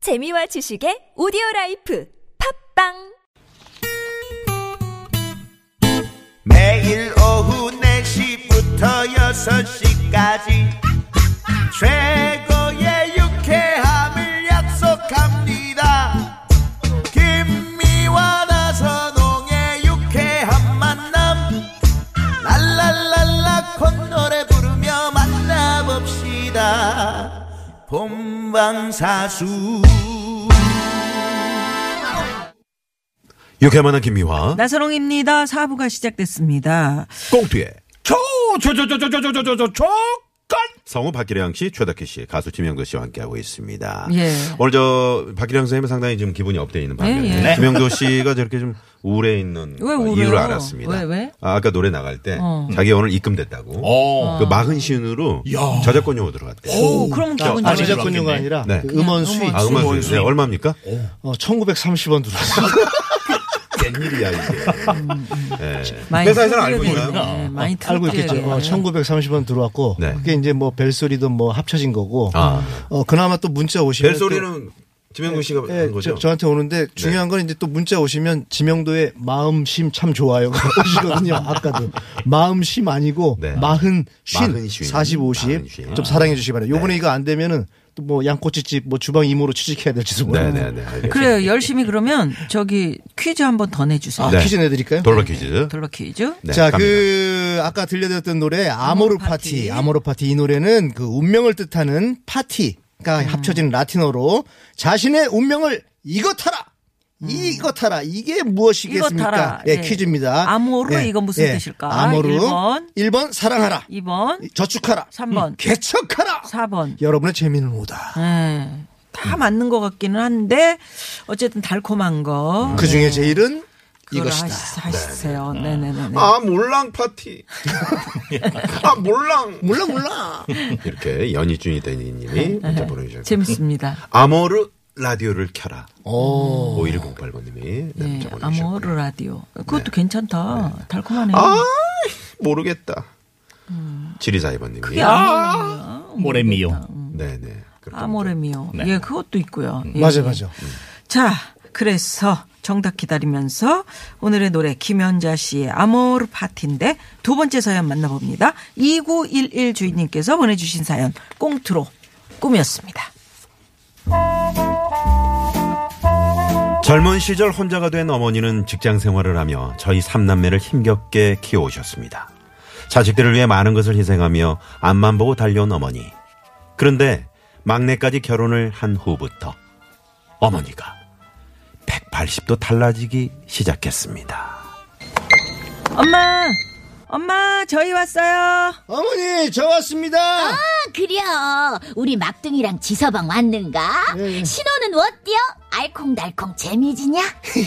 재미와 지식의 오디오 라이프 팝빵 매일 오후 4시부터 6시까지 최고의 유쾌함을 약속합니다 김미와 나선홍의 유쾌한 만남 랄랄랄라 콧노래 부르며 만나봅시다 본방사수 유쾌만한 김미화 나선홍입니다. 사부가 시작됐습니다. 꽁투에 초초초초초초초초초 조건 성우 박기량 씨, 최덕희 씨, 가수 김영도 씨와 함께하고 있습니다. 예. 오늘 저 박기량 선생님 상당히 지금 기분이 업돼 있는 반면에 예, 예. 네. 김영도 씨가 저렇게 좀 우울해 있는 왜 어, 우울해요? 이유를 알았습니다. 왜, 왜? 어. 아, 까 노래 나갈 때 자기 오늘 입금됐다고. 어. 그 마흔 신으로 야. 저작권료 들어갔대. 요 오, 그럼 기분 아, 아니, 좋아요. 제작권료가 아니라 네. 그 음원 수익. 아, 음악 수익. 네, 얼마입니까? 어, 1930원 들어왔어요. 웬일이야 이게. 예. 음, 많이 회사에서는 알고 틀리게 있나요? 되네. 아, 많이 알고 틀리게 있겠죠. 어, 되네. 1930원 들어왔고 네. 그게 이제 뭐 벨소리도 뭐 합쳐진 거고. 아. 어, 그나마 또 문자 오시면 벨 소리는 지명도 씨가 또, 한 예, 거죠. 네. 저, 저한테 오는데 중요한 건 이제 또 문자 오시면 지명도의 마음심 참 좋아요. 오시거든요. 아까도. 마음심 아니고 네. 마흔 쉰 마흔 쉰, 40, 마흔 50. 쉰. 좀 사랑해 주시기 바랍니다. 요번에 네. 이거 안 되면은 또 뭐 양꼬치집 뭐 주방 이모로 취직해야 될지도 몰라요. 네네네. 알겠습니다. 그래요. 열심히 그러면 저기 퀴즈 한번 더 내주세요. 아, 네. 퀴즈 내드릴까요? 돌발 퀴즈. 돌발 퀴즈. 네, 자, 갑니다. 그 아까 들려드렸던 노래 아모르 파티. 파티. 아모르 파티 이 노래는 그 운명을 뜻하는 파티가 음. 합쳐진 라틴어로 자신의 운명을 이것하라. 이것하라. 이게 음. 이것하라. 무엇이겠습니까? 예, 예. 키즈입니다. 아모르 예, 이건 무슨 예. 뜻일까? 아모르. 일 번. 1번 사랑하라. 2번, 저축하라. 삼 번. 음, 개척하라. 음. 4번. 여러분의 재미는 오다. 예. 다 맞는 것 같기는 한데 어쨌든 달콤한 거. 그 중에 제일은 네. 그걸 이것이다. 하시- 하시세요. 네네네. 아 몰랑 파티. 아 몰랑. 몰라 몰라. 이렇게 연희준이 대니님이 문자 보내주셨고 재밌습니다. 아모르 라디오를 켜라. 오. 5108번님이 네, 예. 문자 보내주셨고 아모르 라디오. 그것도 괜찮다. 달콤하네요. 아 모르겠다. 음. 지리사이번님이 모래미요 네네. 그렇게 아모레미오. 예, 그것도 있고요. 예. 맞아 맞아. 자, 그래서 정답 기다리면서 오늘의 노래 김연자 씨의 아모르 파티인데 두 번째 사연 만나봅니다. 2911 주인님께서 보내주신 사연 꽁트로 꿈이었습니다. 젊은 시절 혼자가 된 어머니는 직장 생활을 하며 저희 삼남매를 힘겹게 키워오셨습니다. 자식들을 위해 많은 것을 희생하며 앞만 보고 달려온 어머니. 그런데 막내까지 결혼을 한 후부터 어머니가 180도 달라지기 시작했습니다. 엄마, 엄마, 저희 왔어요. 어머니 저 아, 왔습니다. 그려 우리 막둥이랑 지서방 왔는가? 신호는 어때요? 알콩달콩 재미지냐?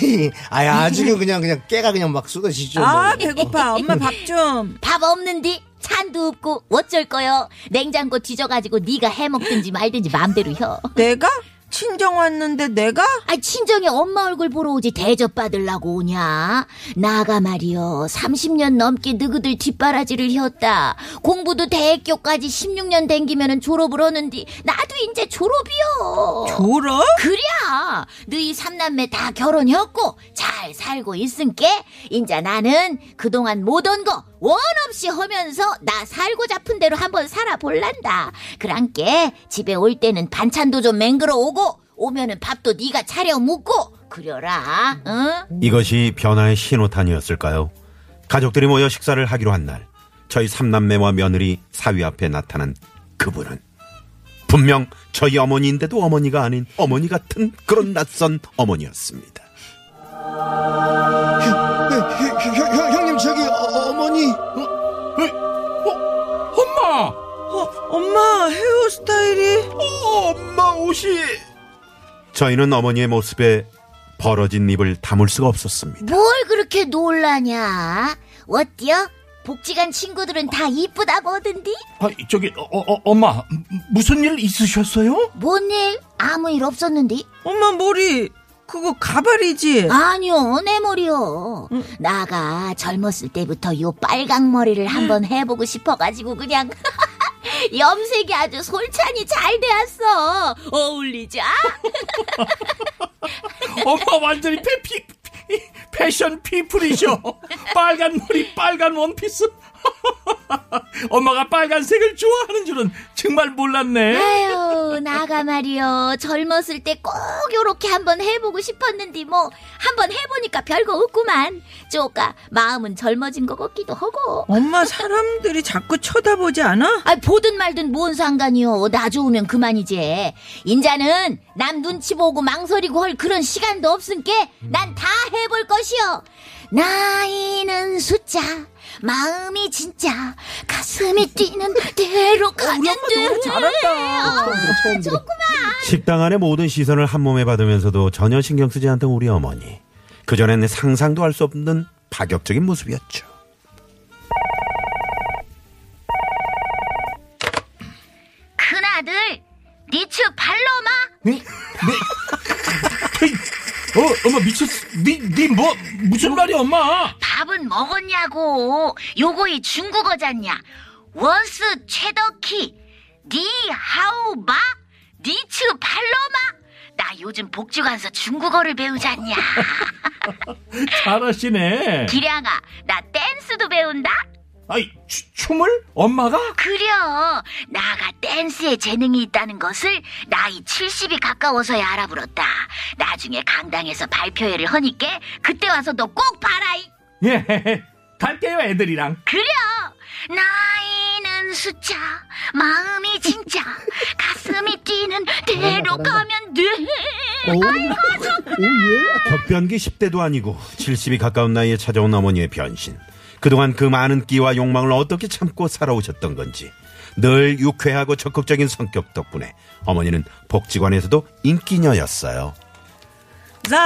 아야 아직은 그냥 그냥 깨가 그냥 막 쏟아지죠. 아, 뭐. 배고파. 엄마 밥 좀. 밥 없는디 찬도 없고 어쩔 거요? 냉장고 뒤져가지고 네가 해먹든지 말든지 맘대로 혀. 내가? 친정 왔는데 내가? 아 친정에 엄마 얼굴 보러 오지 대접 받으려고 오냐? 나가 말이여 30년 넘게 너희들 뒷바라지를 혔다. 공부도 대학교까지 16년 댕기면은 졸업을 하는디 나도 이제 졸업이요. 졸업? 그랴 너희 삼남매 다 결혼했고 잘 살고 있으니까 인자 나는 그동안 못한 거 원 없이 하면서 나 살고 잡은 대로 한번 살아볼란다 그랑께 집에 올 때는 반찬도 좀 맹글어 오고 오면은 밥도 네가 차려 묵고 그려라 응? 이것이 변화의 신호탄이었을까요? 가족들이 모여 식사를 하기로 한 날, 저희 삼남매와 며느리 사위 앞에 나타난 그분은 분명 저희 어머니인데도 어머니가 아닌 어머니 같은 그런 낯선 어머니였습니다. 네, 형, 형, 형, 형님 저기 어, 머니 엄마 어, 엄마, 헤어스타일이. 엄마 옷이! 저희는 어머니의 모습에 벌어진 입을 다물 수가 없었습니다. 뭘 그렇게 놀라냐 어때요? 복지관 친구들은 다 이쁘다고 하던디 아 저기 어, 어, 엄마 무슨 일 있으셨어요? 뭔일 아무 일 없었는데 엄마 머리. 그거 가발이지? 아니요, 내 머리요. 나가 젊었을 때부터 요 빨강 머리를 한번 해보고 싶어가지고 그냥 염색이 아주 솔찬히 잘 되었어. 어울리자. 엄마 완전히 패, 피, 피- 패션 피플이셔. 빨간 머리, 빨간 원피스. 엄마가 빨간색을 좋아하는 줄은 정말 몰랐네. 아유, 나가 말이요. 젊었을 때 꼭 요렇게 한번 해보고 싶었는데 뭐 한번 해보니까 별거 없구만. 쪼까 마음은 젊어진 것 같기도 하고. 엄마 사람들이 자꾸 쳐다보지 않아? 아, 보든 말든 뭔 상관이요. 나 좋으면 그만이지. 인자는 남 눈치 보고 망설이고 할 그런 시간도 없으니까 난 다 해볼 것이요. 나이는 숫자, 마음이 진짜, 가슴이 뛰는 대로 어. 가면 어, 우리 엄마 돼. 노래 잘한다. 식당 안의 모든 시선을 한 몸에 받으면서도 전혀 신경 쓰지 않던 우리 어머니. 그전에는 상상도 할 수 없는 파격적인 모습이었죠. 큰아들, 니츠 발로마? 네? 네? 헤이, 어, 엄마 미쳤어. 니, 니 뭐, 무슨 말이야, 엄마? 밥은 먹었냐고. 요거이 중국어잖냐. 원스 최더키. 니 하우마? 니츠 팔로마? 나 요즘 복지관서 중국어를 배우잖냐. 잘하시네. 기량아, 나 댄스도 배운다? 아이, 추- 춤을? 엄마가? 그려. 나가 댄스에 재능이 있다는 것을 나이 70이 가까워서야 알아불었다. 나중에 강당에서 발표회를 허니께 그때 와서 너 꼭 봐라. 이. 예, 갈게요, 애들이랑. 그려 나이는 숫자 마음이 진짜 가슴이 뛰는 대로 가면 돼 격변기 10대도 아니고 70이 가까운 나이에 찾아온 어머니의 변신. 그동안 그 많은 끼와 욕망을 어떻게 참고 살아오셨던 건지. 늘 유쾌하고 적극적인 성격 덕분에 어머니는 복지관에서도 인기녀였어요.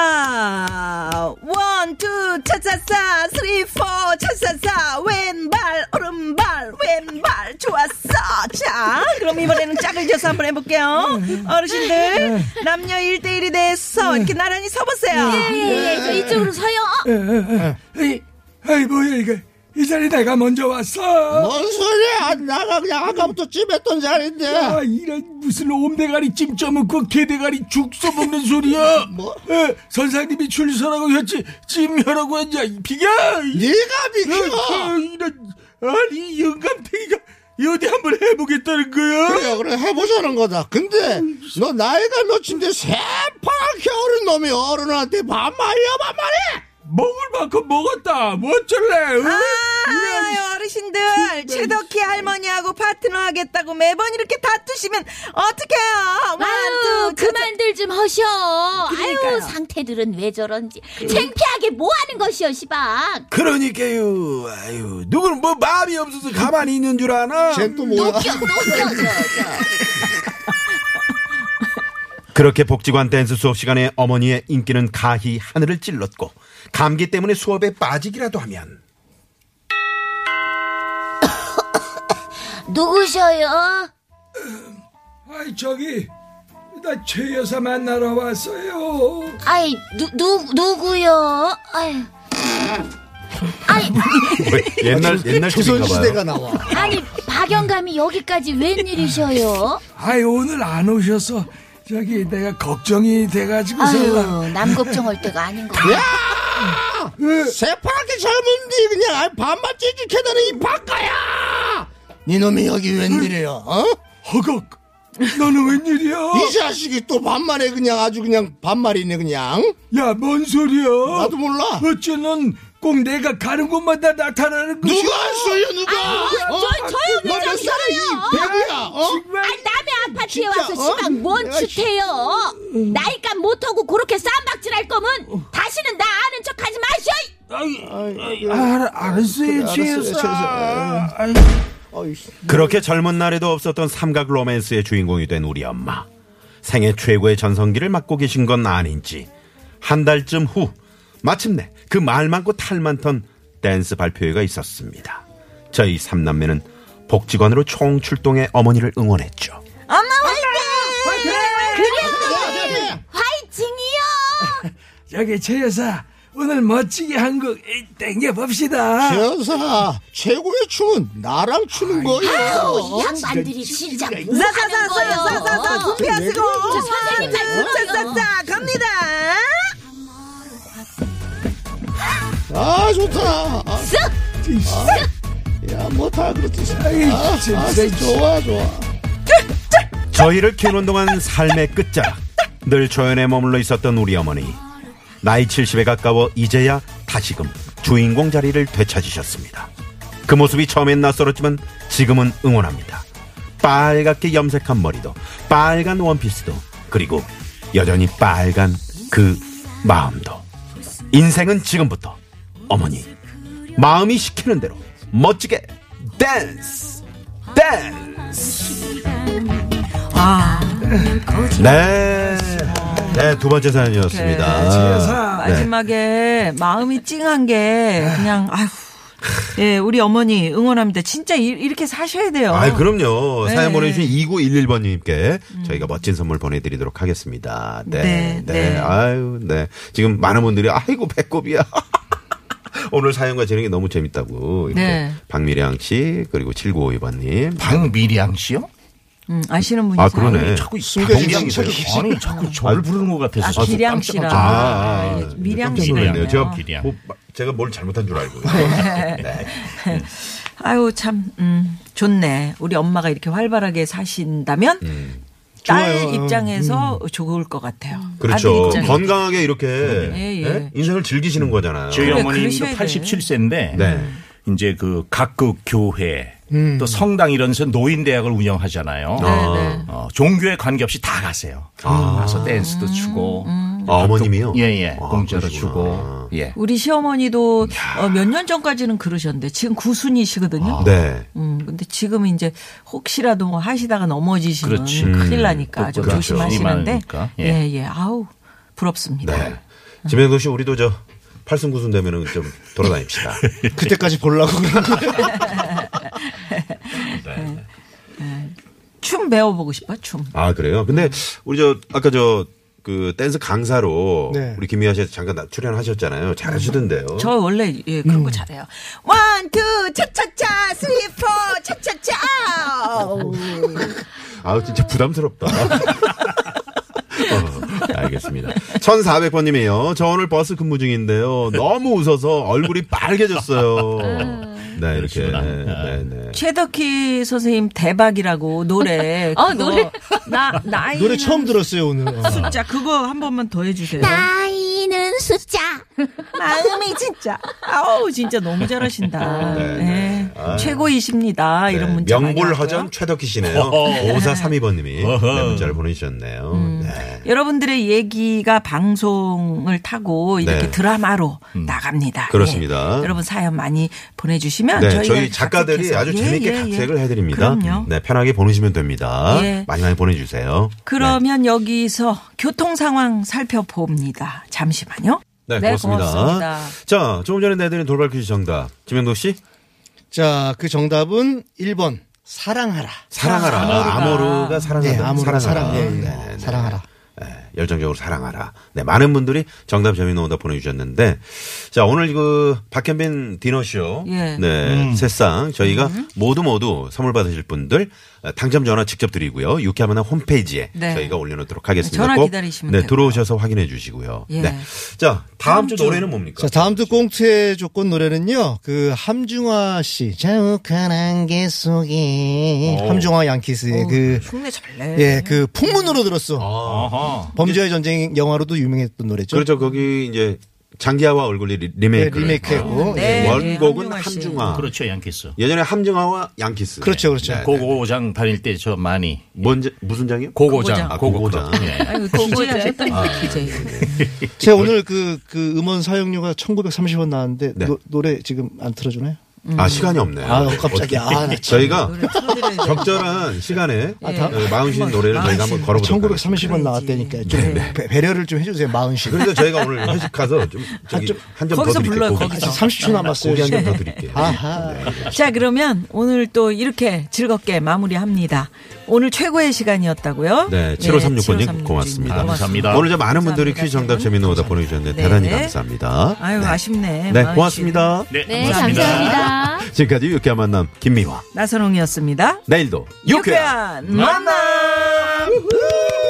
자, 원, 투, 차차차, 쓰리, 포, 차차차, 왼발, 오른발, 왼발, 좋았어. 자, 그럼 이번에는 짝을 져서 한번 해볼게요. 네. 어르신들, 남녀 1대1이 돼서 이렇게 나란히 네. 서보세요. 예예예 이쪽으로 서요 에이, 에이, 뭐야, 이거. 이 자리 내가 먼저 왔어. 뭔 소리야? 아, 나가 그냥 아까부터 찜했던 자리인데. 아, 이런 무슨 옴대가리 찜 쪄먹고 게대가리 죽 써먹는 소리야. 뭐? 에, 선생님이 출소라고 했지 찜혀라고 했냐. 이 비겨. 이- 네가 어, 비켜. 어, 이런 아니 이 영감탱이가 이 어디 한번 해보겠다는 거야. 그래 그래 해보자는 거다. 근데 너 나이가 몇인데 새파랗게 어린 놈이 어른한테 반말이야 반말해. 먹을 만큼 먹었다. 뭐 어쩔래? 어? 네. 아, 어르신들, 최덕희 할머니하고 파트너 하겠다고 매번 이렇게 다투시면 어떡해요. 원, 아유 투, 차차차. 그만들 좀 허셔 그러니까요. 그러니까. 아유 상태들은 왜 저런지 창피하게 뭐하는 것이여 시방 그러니까요. 아유, 누구는 뭐 마음이 없어서 가만히 있는 줄 아나? 쟤또 뭐야? 노껴 노껴 저, 저. 그렇게 복지관 댄스 수업 시간에 어머니의 인기는 가히 하늘을 찔렀고 감기 때문에 수업에 빠지기라도 하면 누구셔요? 음. 아이 저기 나 최 여사 만나러 왔어요. 아이 누, 누, 누구요? 아유. 아니 옛날 옛날 조선 TV인가봐요. 시대가 나와. 아니 박영감이 여기까지 웬일이셔요? 아이 오늘 안 오셔서 저기 내가 걱정이 돼가지고서 아유, 남 걱정할 때가 아닌 것 같아. 예, 새파랗게 젊은 니 그냥 아이 반말 찌직해다는 이 바가야. 네 놈이 여기 웬일이야? 어? 허걱 너는 웬일이야? 이 자식이 또 반말에 그냥 아주 그냥 반말이네 그냥. 야 뭔 소리야? 나도 몰라. 어째 넌꼭 내가 가는 곳마다 나타나는 것이 누가 안 쏠려 누가? 아이고, 저- 조용히 어, 뭐, 너몇 좀 살이 배구야? 어? 아, 남의 아파트에 진짜, 와서 어? 음. 시방 뭔 내가 추태요? 나이값 못하고 그렇게 쌈박질 할 거면 어. 다시는 나 아는 척 하지 마셔! 알, 알았어요, 네. 알았어요, 예, 최 최 여사. 여사. 아이, 그렇게 젊은 날에도 없었던 삼각 로맨스의 주인공이 된 우리 엄마. 생애 최고의 전성기를 맞고 계신 건 아닌지 한 달쯤 후 마침내 그 말 많고 탈 많던 댄스 발표회가 있었습니다. 저희 삼남매는 복지관으로 총출동해 어머니를 응원했죠. 엄마 네. 화이팅! 어, 네. 그래! 화이팅이요! 저기 최 여사 오늘 멋지게 한국 땡겨 어. 봅시다. 여사 최고의 춤은 나랑 추는 거예요. 아우, 이그 양반들이 진짜 뭐 하는 거예요? 아, 사사사사사사사 준비하시고 선생님 말고요. 싹싹싹 갑니다. 아 좋다. 아, 야뭐 다 그렇듯이. 아, 아, 좋아 좋아. 저희를 키우는 동안 삶의 끝자락 늘 조연에 머물러 있었던 우리 어머니 나이 70에 가까워 이제야 다시금 주인공 자리를 되찾으셨습니다 그 모습이 처음엔 낯설었지만 지금은 응원합니다 빨갛게 염색한 머리도 빨간 원피스도 그리고 여전히 빨간 그 마음도 인생은 지금부터 어머니 마음이 시키는 대로 멋지게 댄스 댄스 아, 네. 네, 두 번째 사연이었습니다. 네. 마지막에 마음이 찡한 게 그냥 아휴. 예, 우리 어머니 응원합니다. 진짜 이, 이렇게 사셔야 돼요. 아이, 그럼요. 네. 사연 보내주신 2911번님께 저희가 멋진 선물 보내드리도록 하겠습니다. 네. 네. 네, 네. 아유, 네. 지금 많은 분들이 아이고, 배꼽이야. 오늘 사연과 진행이 너무 재밌다고. 이렇게 네. 박미량 씨, 그리고 7952번님. 박미량 씨요? 음, 아시는 분이 아, 그러네. 자꾸 숨겨진 박미량 정책이 씨요? 아니 자꾸 저를 부르는 것 같아서 아, 기량 씨랑. 아, 아, 예, 미량 깜짝 씨랑. 놀랐네요. 제가, 기량. 뭐, 제가 뭘 잘못한 줄 알고. 네. 아유, 참, 음, 좋네. 우리 엄마가 이렇게 활발하게 사신다면, 음. 딸 좋아요. 입장에서 좋을 것 같아요. 그렇죠. 아들 입장에서. 건강하게 이렇게 예, 예. 예? 인생을 즐기시는 거잖아요. 저희 그래, 어머님도 그러셔야 돼. 87세인데 네. 이제 그 각급 교회 또 성당 이런 데서 노인 대학을 운영하잖아요. 음. 네, 어, 종교에 관계없이 다 가세요. 가서 댄스도 음, 추고 아, 어머님이요? 예예 아, 공짜로 그러시구나. 주고 예. 우리 시어머니도 몇 년 전까지는 그러셨는데, 지금 구순이시거든요. 아. 네. 음, 근데 지금 이제 혹시라도 뭐 하시다가 넘어지시면 그렇지. 큰일 나니까 좀 그렇죠. 조심하시는데. 많으니까. 예. 예. 예, 아우, 부럽습니다. 네. 지명도 씨, 우리도 저 팔순구순 되면은 좀 돌아다닙시다. 네. 그때까지 보려고 그런 거예요. 춤 배워보고 싶어, 춤. 아, 그래요? 근데 우리 저, 아까 저, 그 댄스 강사로 네. 우리 김미아 씨 잠깐 나- 출연하셨잖아요. 잘하시던데요. 저 원래 예, 그런 거 음. 잘해요. 원, 투, 차차차, 슬리퍼, 차차차. 아우. 아, 진짜 부담스럽다. 어, 알겠습니다. 1400번님이에요. 저 오늘 버스 근무 중인데요. 너무 웃어서 얼굴이 빨개졌어요. 음. 네, 이렇게. 그러시구나. 네, 네. 최덕희 선생님 대박이라고 노래. 어, 그거 노래. 나 나이 아, 노래 처음 들었어요 오늘. 어. 자 그거 한 번만 더 해주세요. 나이는 숫자. 마음이 진짜. 아우 진짜 너무 잘하신다. 네, 네. 네. 최고이십니다. 이런 문자 많이 왔고요. 명불허전 최덕희 씨네요. 5432번님이 네, 문자를 보내주셨네요. 음. 네. 여러분들의 얘기가 방송을 타고 이렇게 네. 드라마로 나갑니다. 그렇습니다. 예. 여러분 사연 많이 보내주시면 네, 아, 저희가 저희 작가들이 각색해서- 아주 예, 재미있게 예, 예. 각색을 해드립니다. 그럼요. 네, 편하게 보내시면 됩니다. 예. 많이 많이 보내주세요. 그러면 여기서 교통 상황 살펴봅니다. 잠시만요. 네, 네, 그렇습니다. 고맙습니다. 자, 조금 전에 내드린 돌발 퀴즈 정답. 지명도 씨, 자, 그 정답은 1번 사랑하라. 사랑하라. 아모르가. 아모르가 사랑하다. 네, 아무런 사랑, 예, 예. 네, 네, 네. 사랑하라. 네, 열정적으로 사랑하라. 네, 많은 분들이 정답 재미있는 오답 보내주셨는데, 자, 오늘 그 박현빈 디너쇼. 예. 음. 네, 음. 새싹. 저희가 모두 모두 선물 받으실 분들, 어, 당첨 전화 직접 드리고요. 유쾌한 만남 홈페이지에 네. 저희가 올려놓도록 하겠습니다. 전화 꼭, 기다리시면 네, 되고요. 들어오셔서 확인해 주시고요. 예. 네. 자, 다음 주 노래는 뭡니까? 자, 다음 주 꽁트의 조건 노래는요. 그 함중화 씨. 자욱한 안개 속에 함중화 양키스의 그 어, 흉내 잘 내. 예, 그 풍문으로 들었어. 어허. 범죄의 전쟁 영화로도 유명했던 아. 노래죠. 그렇죠. 거기 이제 장기하와 얼굴이 리- 예, 리메이크. 리메이크했고. 네. 예. 원곡은 함중화 씨. 함중화. 그렇죠 양키스. 예전에 함중화와 양키스. 그렇죠, 그렇죠. 네, 네. 고고장 다닐 때 저 많이 뭔, 자- 무슨 장이요? 고고장 아, 고고장. 고고장. 예. 아유, 그뭐 DJ 하셨다니까, DJ. 네. 제가 오늘 그, 그 음원 사용료가 1930원 나왔는데 네. 노, 노래 지금 안 틀어주나요? 음. 아, 시간이 없네. 아, 갑자기. 아, 나 참. 저희가 노래 틀어드려야 돼. 적절한 시간에 아, 다- 어, 마흔신 노래를 저희가 한번 걸어보도록 하겠습니다. 1930원 나왔다니까 좀 배- 배려를 좀 해주세요 마흔씩 네. 그래서 저희가 오늘 회식 가서 좀 저기 한 점 더 아, 거기서 드릴게요. 불러요, 고기. 거기서. 아, 아직 30초 남았어요 고기 한 점 지금. 더 드릴게요. 아하 자, 그러면 오늘 또 이렇게 즐겁게 마무리합니다. 오늘 최고의 시간이었다고요? 네, 7536 7536번님 번님 고맙습니다. 감사합니다. 오늘 저 많은 분들이 감사합니다. 퀴즈 정답 재미있는 오답 보내주셨는데 네. 대단히 감사합니다. 아유, 네. 아쉽네. 네, 마음이 고맙습니다. 네, 네, 고맙습니다. 감사합니다. 지금까지 유쾌한 만남 김미화. 나선홍이었습니다. 내일도 유쾌한 만남! 만남!